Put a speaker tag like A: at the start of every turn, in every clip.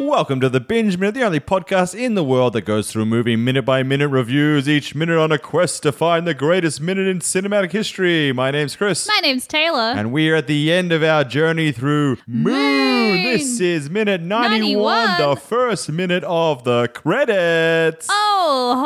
A: Welcome to the Binge Minute, the only podcast in the world that goes through movie minute by minute reviews, each minute on a quest to find the greatest minute in cinematic history. My name's Chris.
B: My name's Taylor.
A: and we are at the end of our journey through Moon.
B: Moon.
A: This is minute 91,
B: 91.
A: the first minute of the credits.
B: oh,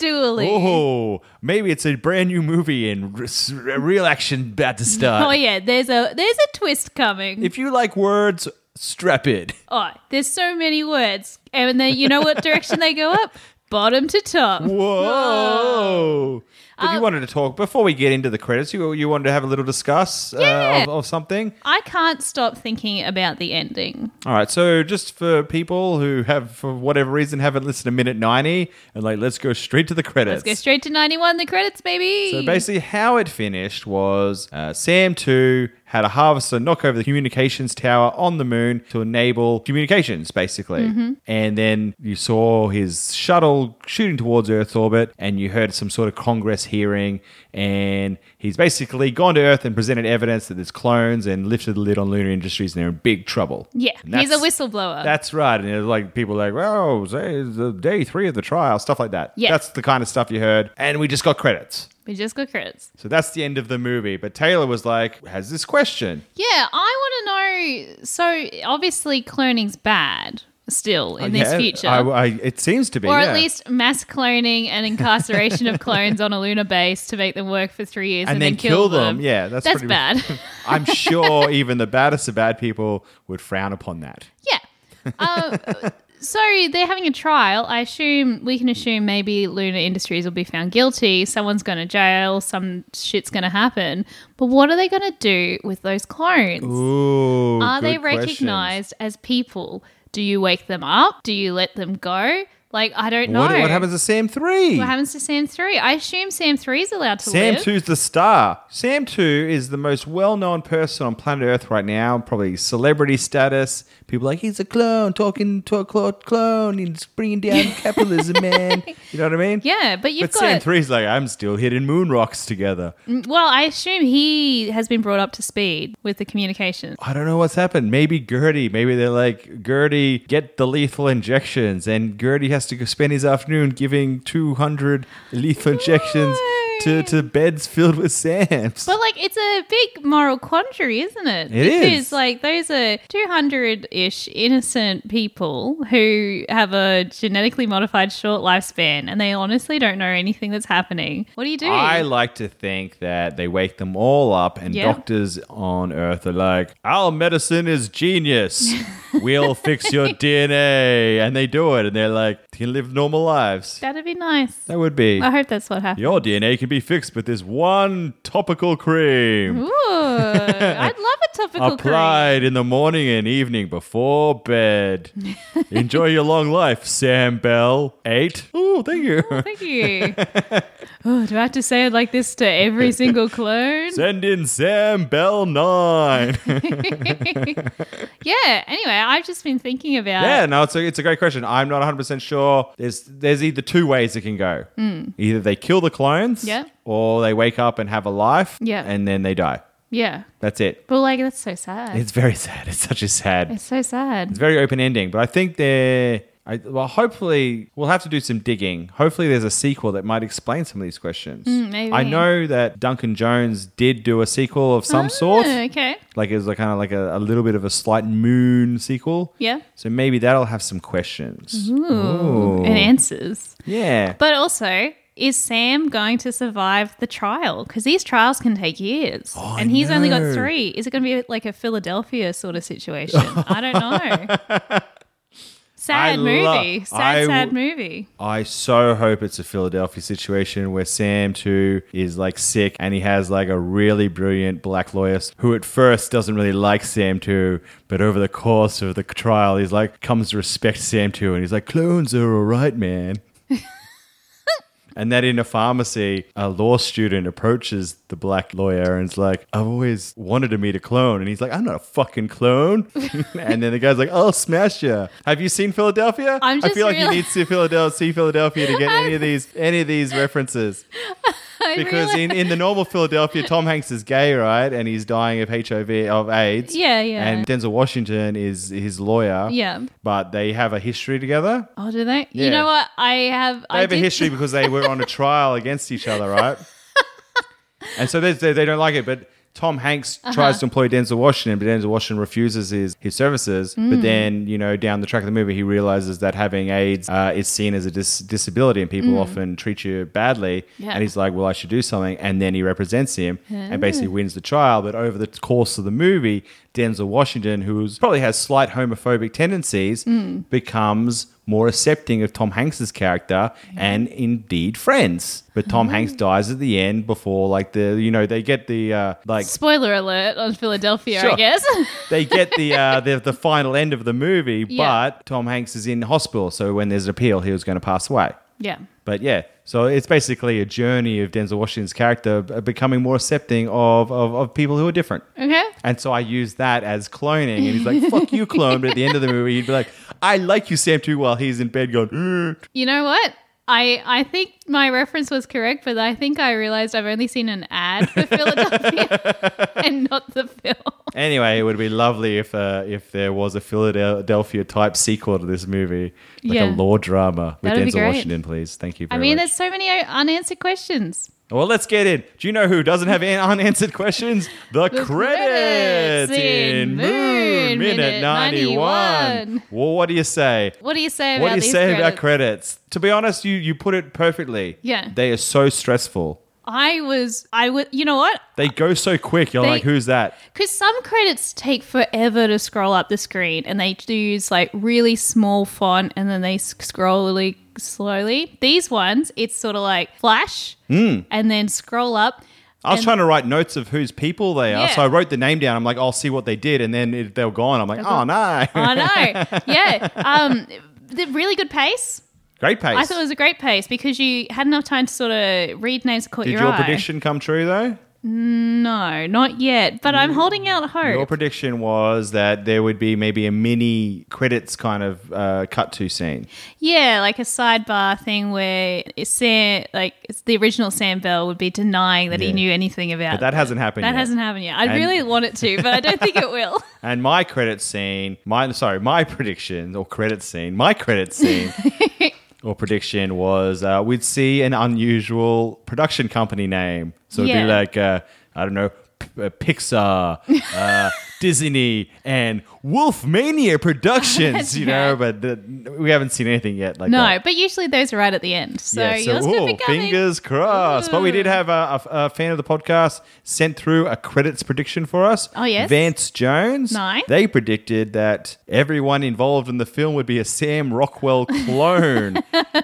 B: holy dooly.
A: Oh, maybe it's a brand new movie and r- s- r- real action about to start.
B: Oh, yeah, there's a there's a twist coming.
A: uh, If you like words, strap it.
B: oh, there's so many words. And then you know what direction they go up? Bottom to top.
A: Whoa! But you wanted to talk before we get into the credits. You you wanted to have a little discuss uh,
B: Yeah.
A: of, of something.
B: I can't stop thinking about the ending.
A: All right. So just for people who have, for whatever reason, haven't listened to minute ninety, and like, let's go straight to the credits.
B: Let's go straight to 91, the credits, baby.
A: So basically, how it finished was uh, Sam 2 had a harvester knock over the communications tower on the moon to enable communications, basically.
B: Mm-hmm.
A: And then you saw his shuttle shooting towards Earth's orbit, and you heard some sort of Congress hearing. And he's basically gone to Earth and presented evidence that there's clones and lifted the lid on Lunar Industries, and they're in big trouble.
B: yeah,
A: And
B: he's a
A: that's-
B: whistleblower.
A: That's right, and it's like people are like, oh, say, the day three of the trial, stuff like that.
B: Yeah.
A: that's the kind of stuff you heard, and we just got credits.
B: we just got credits.
A: So that's the end of the movie. But Taylor was like, has this question.
B: Yeah, I want to know. So obviously, cloning's bad still in this
A: Oh, Yeah,
B: future.
A: I, I, it seems to be.
B: or
A: yeah.
B: at least mass cloning and incarceration of clones on a lunar base to make them work for three years
A: And
B: and,
A: then kill them. Yeah, that's
B: that's
A: pretty-
B: bad.
A: I'm sure even the baddest of bad people would frown upon that.
B: yeah. Um, so they're having a trial. I assume we can assume maybe Lunar Industries will be found guilty. Someone's going to jail. Some shit's going to happen. But what are they going to do with those clones?
A: Ooh.
B: Are they
A: good questions.
B: recognized as people? Do you wake them up? Do you let them go? Like I don't know.
A: What, what happens to Sam 3?
B: What happens to Sam three? I assume Sam three is allowed to
A: Sam
B: live.
A: 2's the star. Sam 2 is the most well known person on planet Earth right now, probably celebrity status. People are like, he's a clone, talking to a clo- clone, he's bringing down capitalism, man. You know what I mean?
B: Yeah, but you've
A: But Sam
B: got mm,
A: 3's like, I'm still hitting moon rocks together.
B: well. I assume he has been brought up to speed with the communications.
A: I don't know what's happened. Maybe Gertie. Maybe they're like, Gertie, get the lethal injections. And Gertie has to go spend his afternoon giving 200 lethal injections to, to beds filled with Sam's.
B: But like, it's a big moral quandary, isn't it?
A: It
B: because,
A: is.
B: like those are two hundred ish innocent people who have a genetically modified short lifespan, and they honestly don't know anything that's happening. What do you do?
A: I like to think that they wake them all up, and
B: Yeah.
A: doctors on Earth are like, "Our medicine is genius. We'll fix your DNA," and they do it, and they're like, "You can live normal lives."
B: That'd be nice.
A: That would be
B: I hope that's what happens.
A: your DNA can be fixed with this one topical cream
B: Ooh, I'd love a topical cream.
A: applied in the morning and evening before bed. Enjoy your long life, Sam Bell. Eight. Oh, thank you.
B: Thank you. oh, do I have to say it like this to every single clone?
A: Send in Sam Bell nine.
B: yeah. Anyway, I've just been thinking about.
A: Yeah, no, it's a, it's a great question. I'm not 100% sure. There's there's either two ways it can go. Either they kill the clones,
B: Hmm. Yeah.
A: or they wake up and have a life,
B: Yeah.
A: and then they die.
B: Yeah.
A: That's it.
B: But like, that's so sad. It's,
A: It's very sad. It's such a sad. It's
B: so sad.
A: very open ending, but I think they're. I, well, hopefully, we'll have to do some digging. Hopefully, there's a sequel that might explain some of these questions.
B: Mm, maybe.
A: I know that Duncan Jones did do a sequel of some
B: Ah,
A: sort.
B: Okay.
A: Like it was like kind of like a, a little bit of a slight moon sequel.
B: Yeah. Mm-hmm.
A: So maybe that'll have some questions.
B: Ooh. And answers.
A: Yeah.
B: But also, is Sam going to survive the trial? Because these trials can take years,
A: Oh,
B: and he's only
A: no.
B: got three. Is it going to be like a Philadelphia sort of situation? I don't know.
A: I
B: Sad
A: lo-
B: movie. sad,
A: I
B: sad
A: w-
B: movie.
A: I so hope it's a Philadelphia situation where Sam too is like sick and he has like a really brilliant black lawyer who at first doesn't really like Sam too, but over the course of the trial he's like comes to respect Sam too and he's like clones are all right, man. And that in a pharmacy, a law student approaches the black lawyer and's like, I've always wanted to meet a clone. And he's like, I'm not a fucking clone. and then the guy's like, I'll smash you. Have you seen Philadelphia?
B: I'm
A: I
B: just
A: feel like you
B: reali-
A: need to see Philadelphia, see Philadelphia to get any of these any of these references.
B: I
A: because in,
B: realize-
A: in the normal Philadelphia, Tom Hanks is gay, right? And he's dying of HIV, of AIDS.
B: Yeah, yeah.
A: And Denzel Washington is his lawyer.
B: Yeah.
A: But they have a history together.
B: oh, do they?
A: Yeah.
B: You know what? I have.
A: They
B: I
A: have a
B: did-
A: history because they were on a trial against each other, right? and so there's- they, they don't like it, but Tom Hanks
B: Uh-huh.
A: tries to employ Denzel Washington, but Denzel Washington refuses his, his services.
B: Mm.
A: But then, you know, down the track of the movie, he realizes that having AIDS uh, is seen as a dis- disability and people often treat you badly.
B: Mm. Yeah.
A: And he's like, well, I should do something. And then he represents him and basically wins the trial. But over the course of the movie, Denzel Washington, who probably has slight homophobic tendencies, becomes more accepting of Tom Hanks's character and indeed friends. But Tom Hanks dies at the end before like the you know they get the uh, like
B: Spoiler alert on Philadelphia,
A: Sure.
B: I guess.
A: they get the uh, the, the final end of the movie,
B: Yeah.
A: but Tom Hanks is in hospital, so when there's an appeal, he was going to pass away.
B: yeah.
A: But yeah, so it's basically a journey of Denzel Washington's character uh, becoming more accepting of, of, of people who are different.
B: Okay.
A: And so I use that as cloning. And he's like, fuck you, clone. But at the end of the movie, he'd be like, I like you, Sam, too, while he's in bed going, "Mm."
B: You know what? I, I think my reference was correct, but I think I realized I've only seen an ad for Philadelphia and not the film.
A: Anyway, it would be lovely if uh, if there was a Philadelphia type sequel to this movie, like a
B: Yeah.
A: law drama with
B: That'd be
A: Denzel
B: great.
A: Washington, please. Thank you.
B: I
A: Very
B: mean,
A: much.
B: there's so many unanswered questions.
A: well, let's get in. Do you know who doesn't have an- unanswered questions? The, credits,
B: credits
A: in Moon Minute ninety one.
B: 91.
A: Well, what do you say?
B: What do you say about
A: What do you
B: these
A: say
B: credits?
A: about credits? To be honest, you you put it perfectly.
B: Yeah.
A: they are so stressful.
B: I was, I would, you know what?
A: They go so quick. You're
B: They-
A: like, who's that?
B: Because some credits take forever to scroll up the screen, and they do use like really small font, and then they s- scroll really slowly. These ones, it's sort of like flash,
A: Hmm.
B: and then scroll up.
A: I was
B: and-
A: trying to write notes of whose people they are,
B: Yeah.
A: so I wrote the name down. I'm like, I'll see what they did, and then it, they were gone. I'm like, oh no,
B: I know, yeah. Um, the really good pace.
A: great pace.
B: I thought it was a great pace because you had enough time to sort of read names that caught
A: did
B: your,
A: your,
B: eye.
A: prediction come true though?
B: No, not yet. But I'm holding out hope.
A: Mm. Your prediction was that there would be maybe a mini credits kind of uh, cut to scene.
B: Yeah, like a sidebar thing where Sam, like it's the original Sam Bell, would be denying that
A: Yeah.
B: he knew anything about
A: But that hasn't happened.
B: That
A: yet.
B: hasn't happened yet. I
A: And-
B: really want it to, but I don't think it will.
A: And my credit scene, my sorry, my prediction or credit scene, my credit scene or prediction was uh, we'd see an unusual production company name. So it'd
B: Yeah.
A: be like uh, I don't know, P- uh, Pixar, uh, Disney, and Wolfmania Productions.
B: That's
A: you know,
B: right.
A: but the, we haven't seen anything yet. Like
B: No,
A: that.
B: but usually those are right at the end. So
A: Yeah,
B: yours could
A: ooh,
B: be coming.
A: fingers crossed. But we did
B: Ooh.
A: have a, a- a fan of the podcast sent through a credits prediction for us.
B: Oh, yes.
A: Vance Jones.
B: Nice.
A: They predicted that everyone involved in the film would be a Sam Rockwell clone.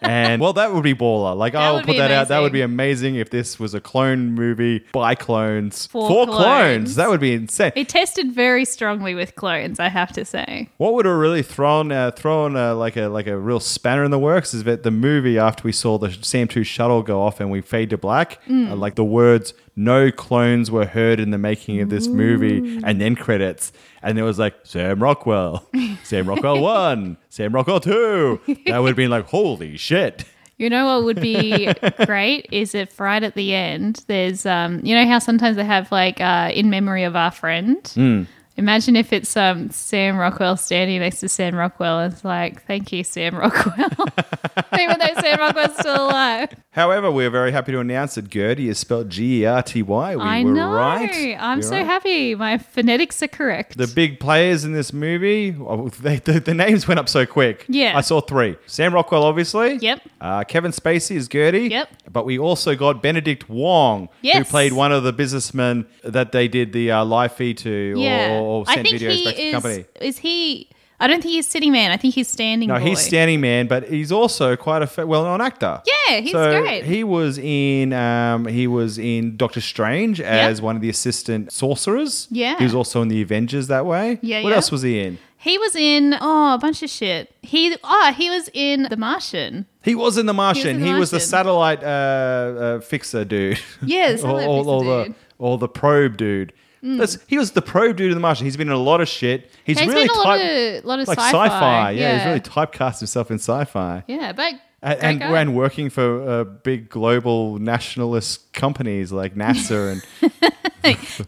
A: and, well, that would be baller. Like, I'll
B: would
A: put
B: be
A: that out. That would be
B: amazing.
A: amazing if this was a clone movie by clones.
B: For
A: for
B: clones.
A: That would be insane.
B: It tested very strongly with clones, I have to say.
A: What would have really thrown uh, thrown uh, like a like a real spanner in the works is that the movie after we saw the Sam Two shuttle go off and we fade to black, uh,
B: Mm.
A: like the words "No clones were heard in the making of this movie," and then credits, and it was like Sam Rockwell, Sam Rockwell one, Sam Rockwell two. That would have been like holy shit.
B: You know what would be great is if right at the end there's um you know how sometimes they have like uh in memory of our friend.
A: Hmm.
B: Imagine if it's um Sam Rockwell standing next to Sam Rockwell and it's like, Thank you, Sam Rockwell. Even though Sam Rockwell's still alive.
A: However, we are very happy to announce that Gertie is spelled G E R T Y. We
B: I
A: were
B: know.
A: right.
B: I'm
A: You're
B: so
A: right.
B: happy. My phonetics are correct.
A: The big players in this movie, oh, they, the, the names went up so quick.
B: Yeah.
A: I saw three. Sam Rockwell, obviously.
B: Yep.
A: Uh, Kevin Spacey is Gertie.
B: Yep.
A: But we also got Benedict Wong, who
B: Yes.
A: played one of the businessmen that they did the uh, live feed to or,
B: yeah.
A: or, or
B: I
A: sent
B: think
A: videos
B: he
A: back to the
B: is,
A: company.
B: is he I don't think he's sitting man. I think he's standing
A: No,
B: boy.
A: he's standing man, but he's also quite a fa- well-known actor.
B: Yeah, he's
A: so
B: great.
A: He was in um, he was in Doctor Strange as one of the assistant sorcerers.
B: Yeah.
A: he was also in the Avengers that way.
B: Yeah,
A: What
B: yeah.
A: else was he in?
B: He was in oh a bunch of shit. He oh he was in The Martian.
A: He was in The Martian.
B: in The
A: He was the
B: Martian.
A: satellite uh, uh, fixer dude.
B: Yeah, the satellite
A: or,
B: fixer
A: the
B: dude. Mm.
A: or the probe dude. That's, he was the probe dude in The Martian. He's been in a lot of shit. He's
B: He's
A: really
B: been a
A: type,
B: lot of lot of
A: like
B: sci-fi.
A: Yeah, he's really typecast himself in sci-fi.
B: yeah, but
A: and and,
B: guy.
A: and working for uh, big global nationalist companies like NASA and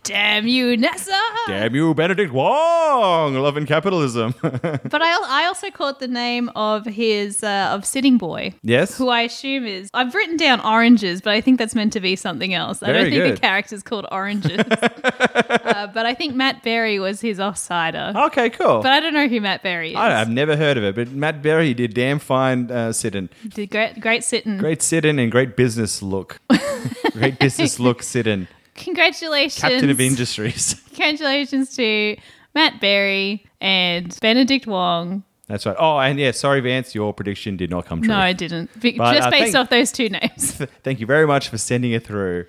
B: Damn you, NASA!
A: damn you, Benedict Wong, loving capitalism.
B: But I, al- I also caught the name of his uh, of Sitting Boy,
A: yes,
B: who I assume is I've written down oranges, but I think that's meant to be something else. I
A: Very
B: don't think
A: good.
B: the character's called oranges. uh, but I think Matt Berry was his offsider.
A: okay, cool.
B: But I don't know who Matt Berry is.
A: Oh. I, I've never heard of it, but Matt Berry did damn fine uh, sit-in.
B: Did great, great sitting.
A: Great sit-in and great business look. great business look sit-in.
B: Congratulations,
A: Captain of Industries.
B: Congratulations to Matt Berry and Benedict Wong.
A: That's right. Oh, and yeah, sorry, Vance, your prediction did not come true.
B: No, I didn't. Be-
A: But,
B: Just
A: uh,
B: based
A: thank-
B: off those two names.
A: Thank you very much for sending it through.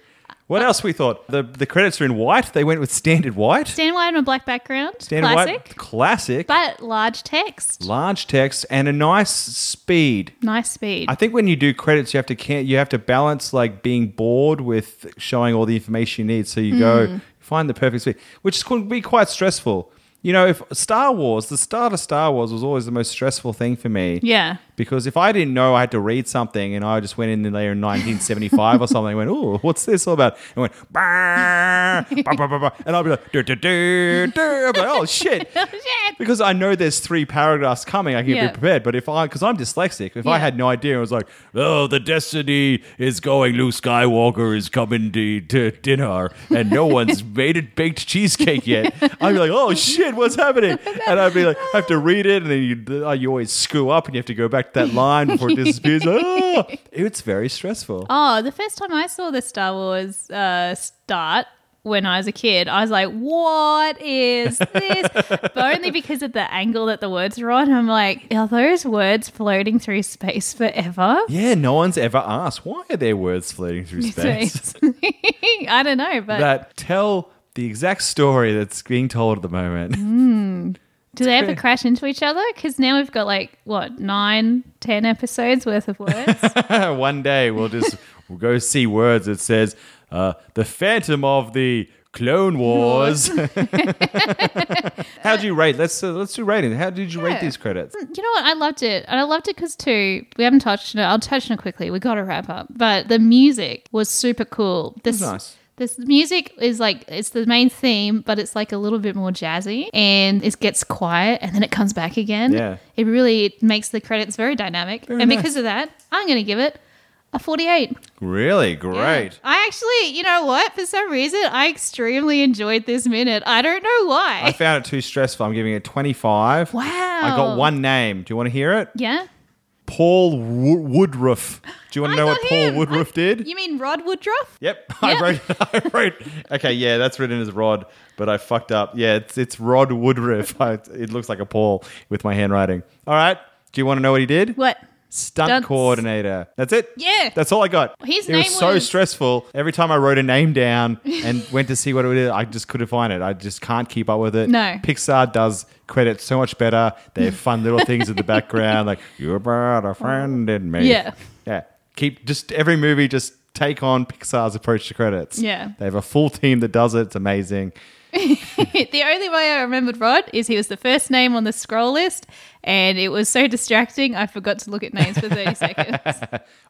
A: What else we thought? The the credits are in white. They went with standard white.
B: Dan White on a black background.
A: Standard
B: classic.
A: white, classic,
B: But large text.
A: large text, and a nice speed.
B: nice speed.
A: I think when you do credits, you have to can you have to balance like being bored with showing all the information you need. So you go find the perfect speed, which could be quite stressful. You know, if Star Wars, the start of Star Wars was always the most stressful thing for me.
B: yeah.
A: Because if I didn't know I had to read something and I just went in there in 1975 or something and went, oh, what's this all about? And went, bah, bah, bah, bah, bah. and I'll be like, do, do, do, do. I'm like, oh, shit.
B: Shit.
A: Because I know there's three paragraphs coming, I can
B: Yeah.
A: be prepared. But if I, because I'm dyslexic, if I
B: Yeah.
A: had no idea, I was like, oh, the destiny is going, Luke Skywalker is coming to, to dinner, and no one's made it baked cheesecake yet. I'd be like, oh shit, what's happening? And I'd be like, have to read it, and then you, uh, you always screw up, and you have to go back to that line before it disappears. Ah! It's very stressful.
B: Oh, the first time I saw the Star Wars uh, start when I was a kid, I was like, what is this? but only because of the angle that the words are on. I'm like, are those words floating through space forever?
A: Yeah, no one's ever asked why are there words floating through space.
B: I don't know, but
A: that tell the exact story that's being told at the moment.
B: do they ever
A: great.
B: crash into each other? Because now we've got like, what, nine, ten episodes worth of words?
A: One day we'll just we'll go see words that says uh, the Phantom of the Clone Wars. How would you rate? Let's uh, let's do rating. How did you rate
B: Yeah.
A: these credits?
B: you know what? I loved it. And I loved it because, too, we haven't touched on it. I'll touch on it quickly. we got to wrap up. But the music was super cool. This,
A: nice.
B: This music is like, it's the main theme, but it's like a little bit more jazzy and it gets quiet and then it comes back again.
A: Yeah.
B: It really makes the credits very dynamic. and because of that, I'm going to give it a 48.
A: Really great.
B: I actually, you know what? For some reason, I extremely enjoyed this minute. I don't know why.
A: I found it too stressful. I'm giving it 25.
B: wow.
A: I got one name. Do you want to hear it?
B: Yeah.
A: Paul Wo- Woodruff. Do you want
B: I
A: to know what
B: got
A: Paul
B: him.
A: Woodruff did?
B: You mean Rod Woodruff?
A: Yep, I
B: Yep.
A: wrote. I wrote. Okay, yeah, that's written as Rod, but I fucked up. Yeah, it's it's Rod Woodruff. I, it looks like a Paul with my handwriting. All right. Do you want to know what he did?
B: What?
A: Stunt
B: Stunts.
A: coordinator. That's it.
B: Yeah.
A: That's all I got.
B: His
A: it was
B: name
A: so
B: was-
A: stressful. Every time I wrote a name down and went to see what it is, I just couldn't find it. I just can't keep up with it.
B: No.
A: Pixar does credit so much better. They have fun little things in the background, like you brought a friend in me.
B: Yeah.
A: Yeah. Keep just every movie just take on Pixar's approach to credits.
B: Yeah.
A: They have a full team that does it. It's amazing.
B: the only way I remembered Rod is he was the first name on the scroll list, and it was so distracting I forgot to look at names for 30 seconds.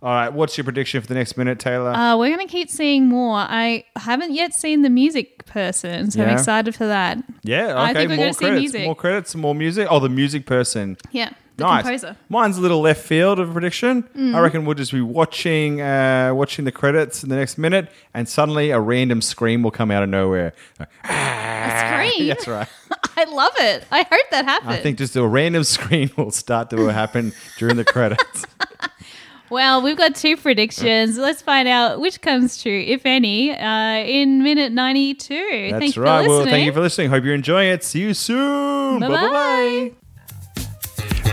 A: All right, what's your prediction for the next minute, Taylor?
B: Uh, we're going to keep seeing more. I haven't yet seen the music person, so
A: Yeah.
B: I'm excited for that.
A: yeah,
B: I
A: okay,
B: think we're
A: more
B: gonna see
A: credits.
B: music.
A: More credits, more music. Oh, the music person.
B: Yeah. The
A: nice.
B: composer.
A: Mine's a little left field of a prediction. I reckon we'll just be watching uh, watching the credits in the next minute and suddenly a random scream will come out of nowhere.
B: A scream.
A: That's right.
B: I love it. I hope that happens.
A: Ah, I think just a random scream will start to happen during the credits.
B: Well, we've got two predictions. Let's find out which comes true, if any, uh, in minute 92.
A: That's
B: Thank you
A: right.
B: for
A: well,
B: listening.
A: thank you for listening. Hope you're enjoying it. See you soon.
B: Bye-bye.
A: Bye-bye-bye.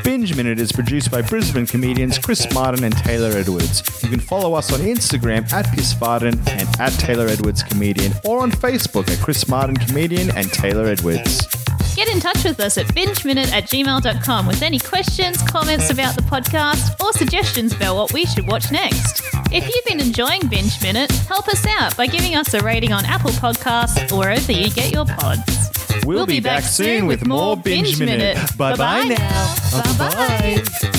A: Binge Minute is produced by Brisbane comedians Chris Martin and Taylor Edwards. You can follow us on Instagram at Piss Martin and at Taylor Edwards Comedian or on Facebook at Chris Martin Comedian and Taylor Edwards.
B: Get in touch with us at bingeminute at gmail.com with any questions, comments about the podcast, or suggestions about what we should watch next. If you've been enjoying Binge Minute, help us out by giving us a rating on Apple Podcasts or wherever you get your pods.
A: We'll, be, back, soon with more Binge Minute. Bye-bye now.
B: Bye bye.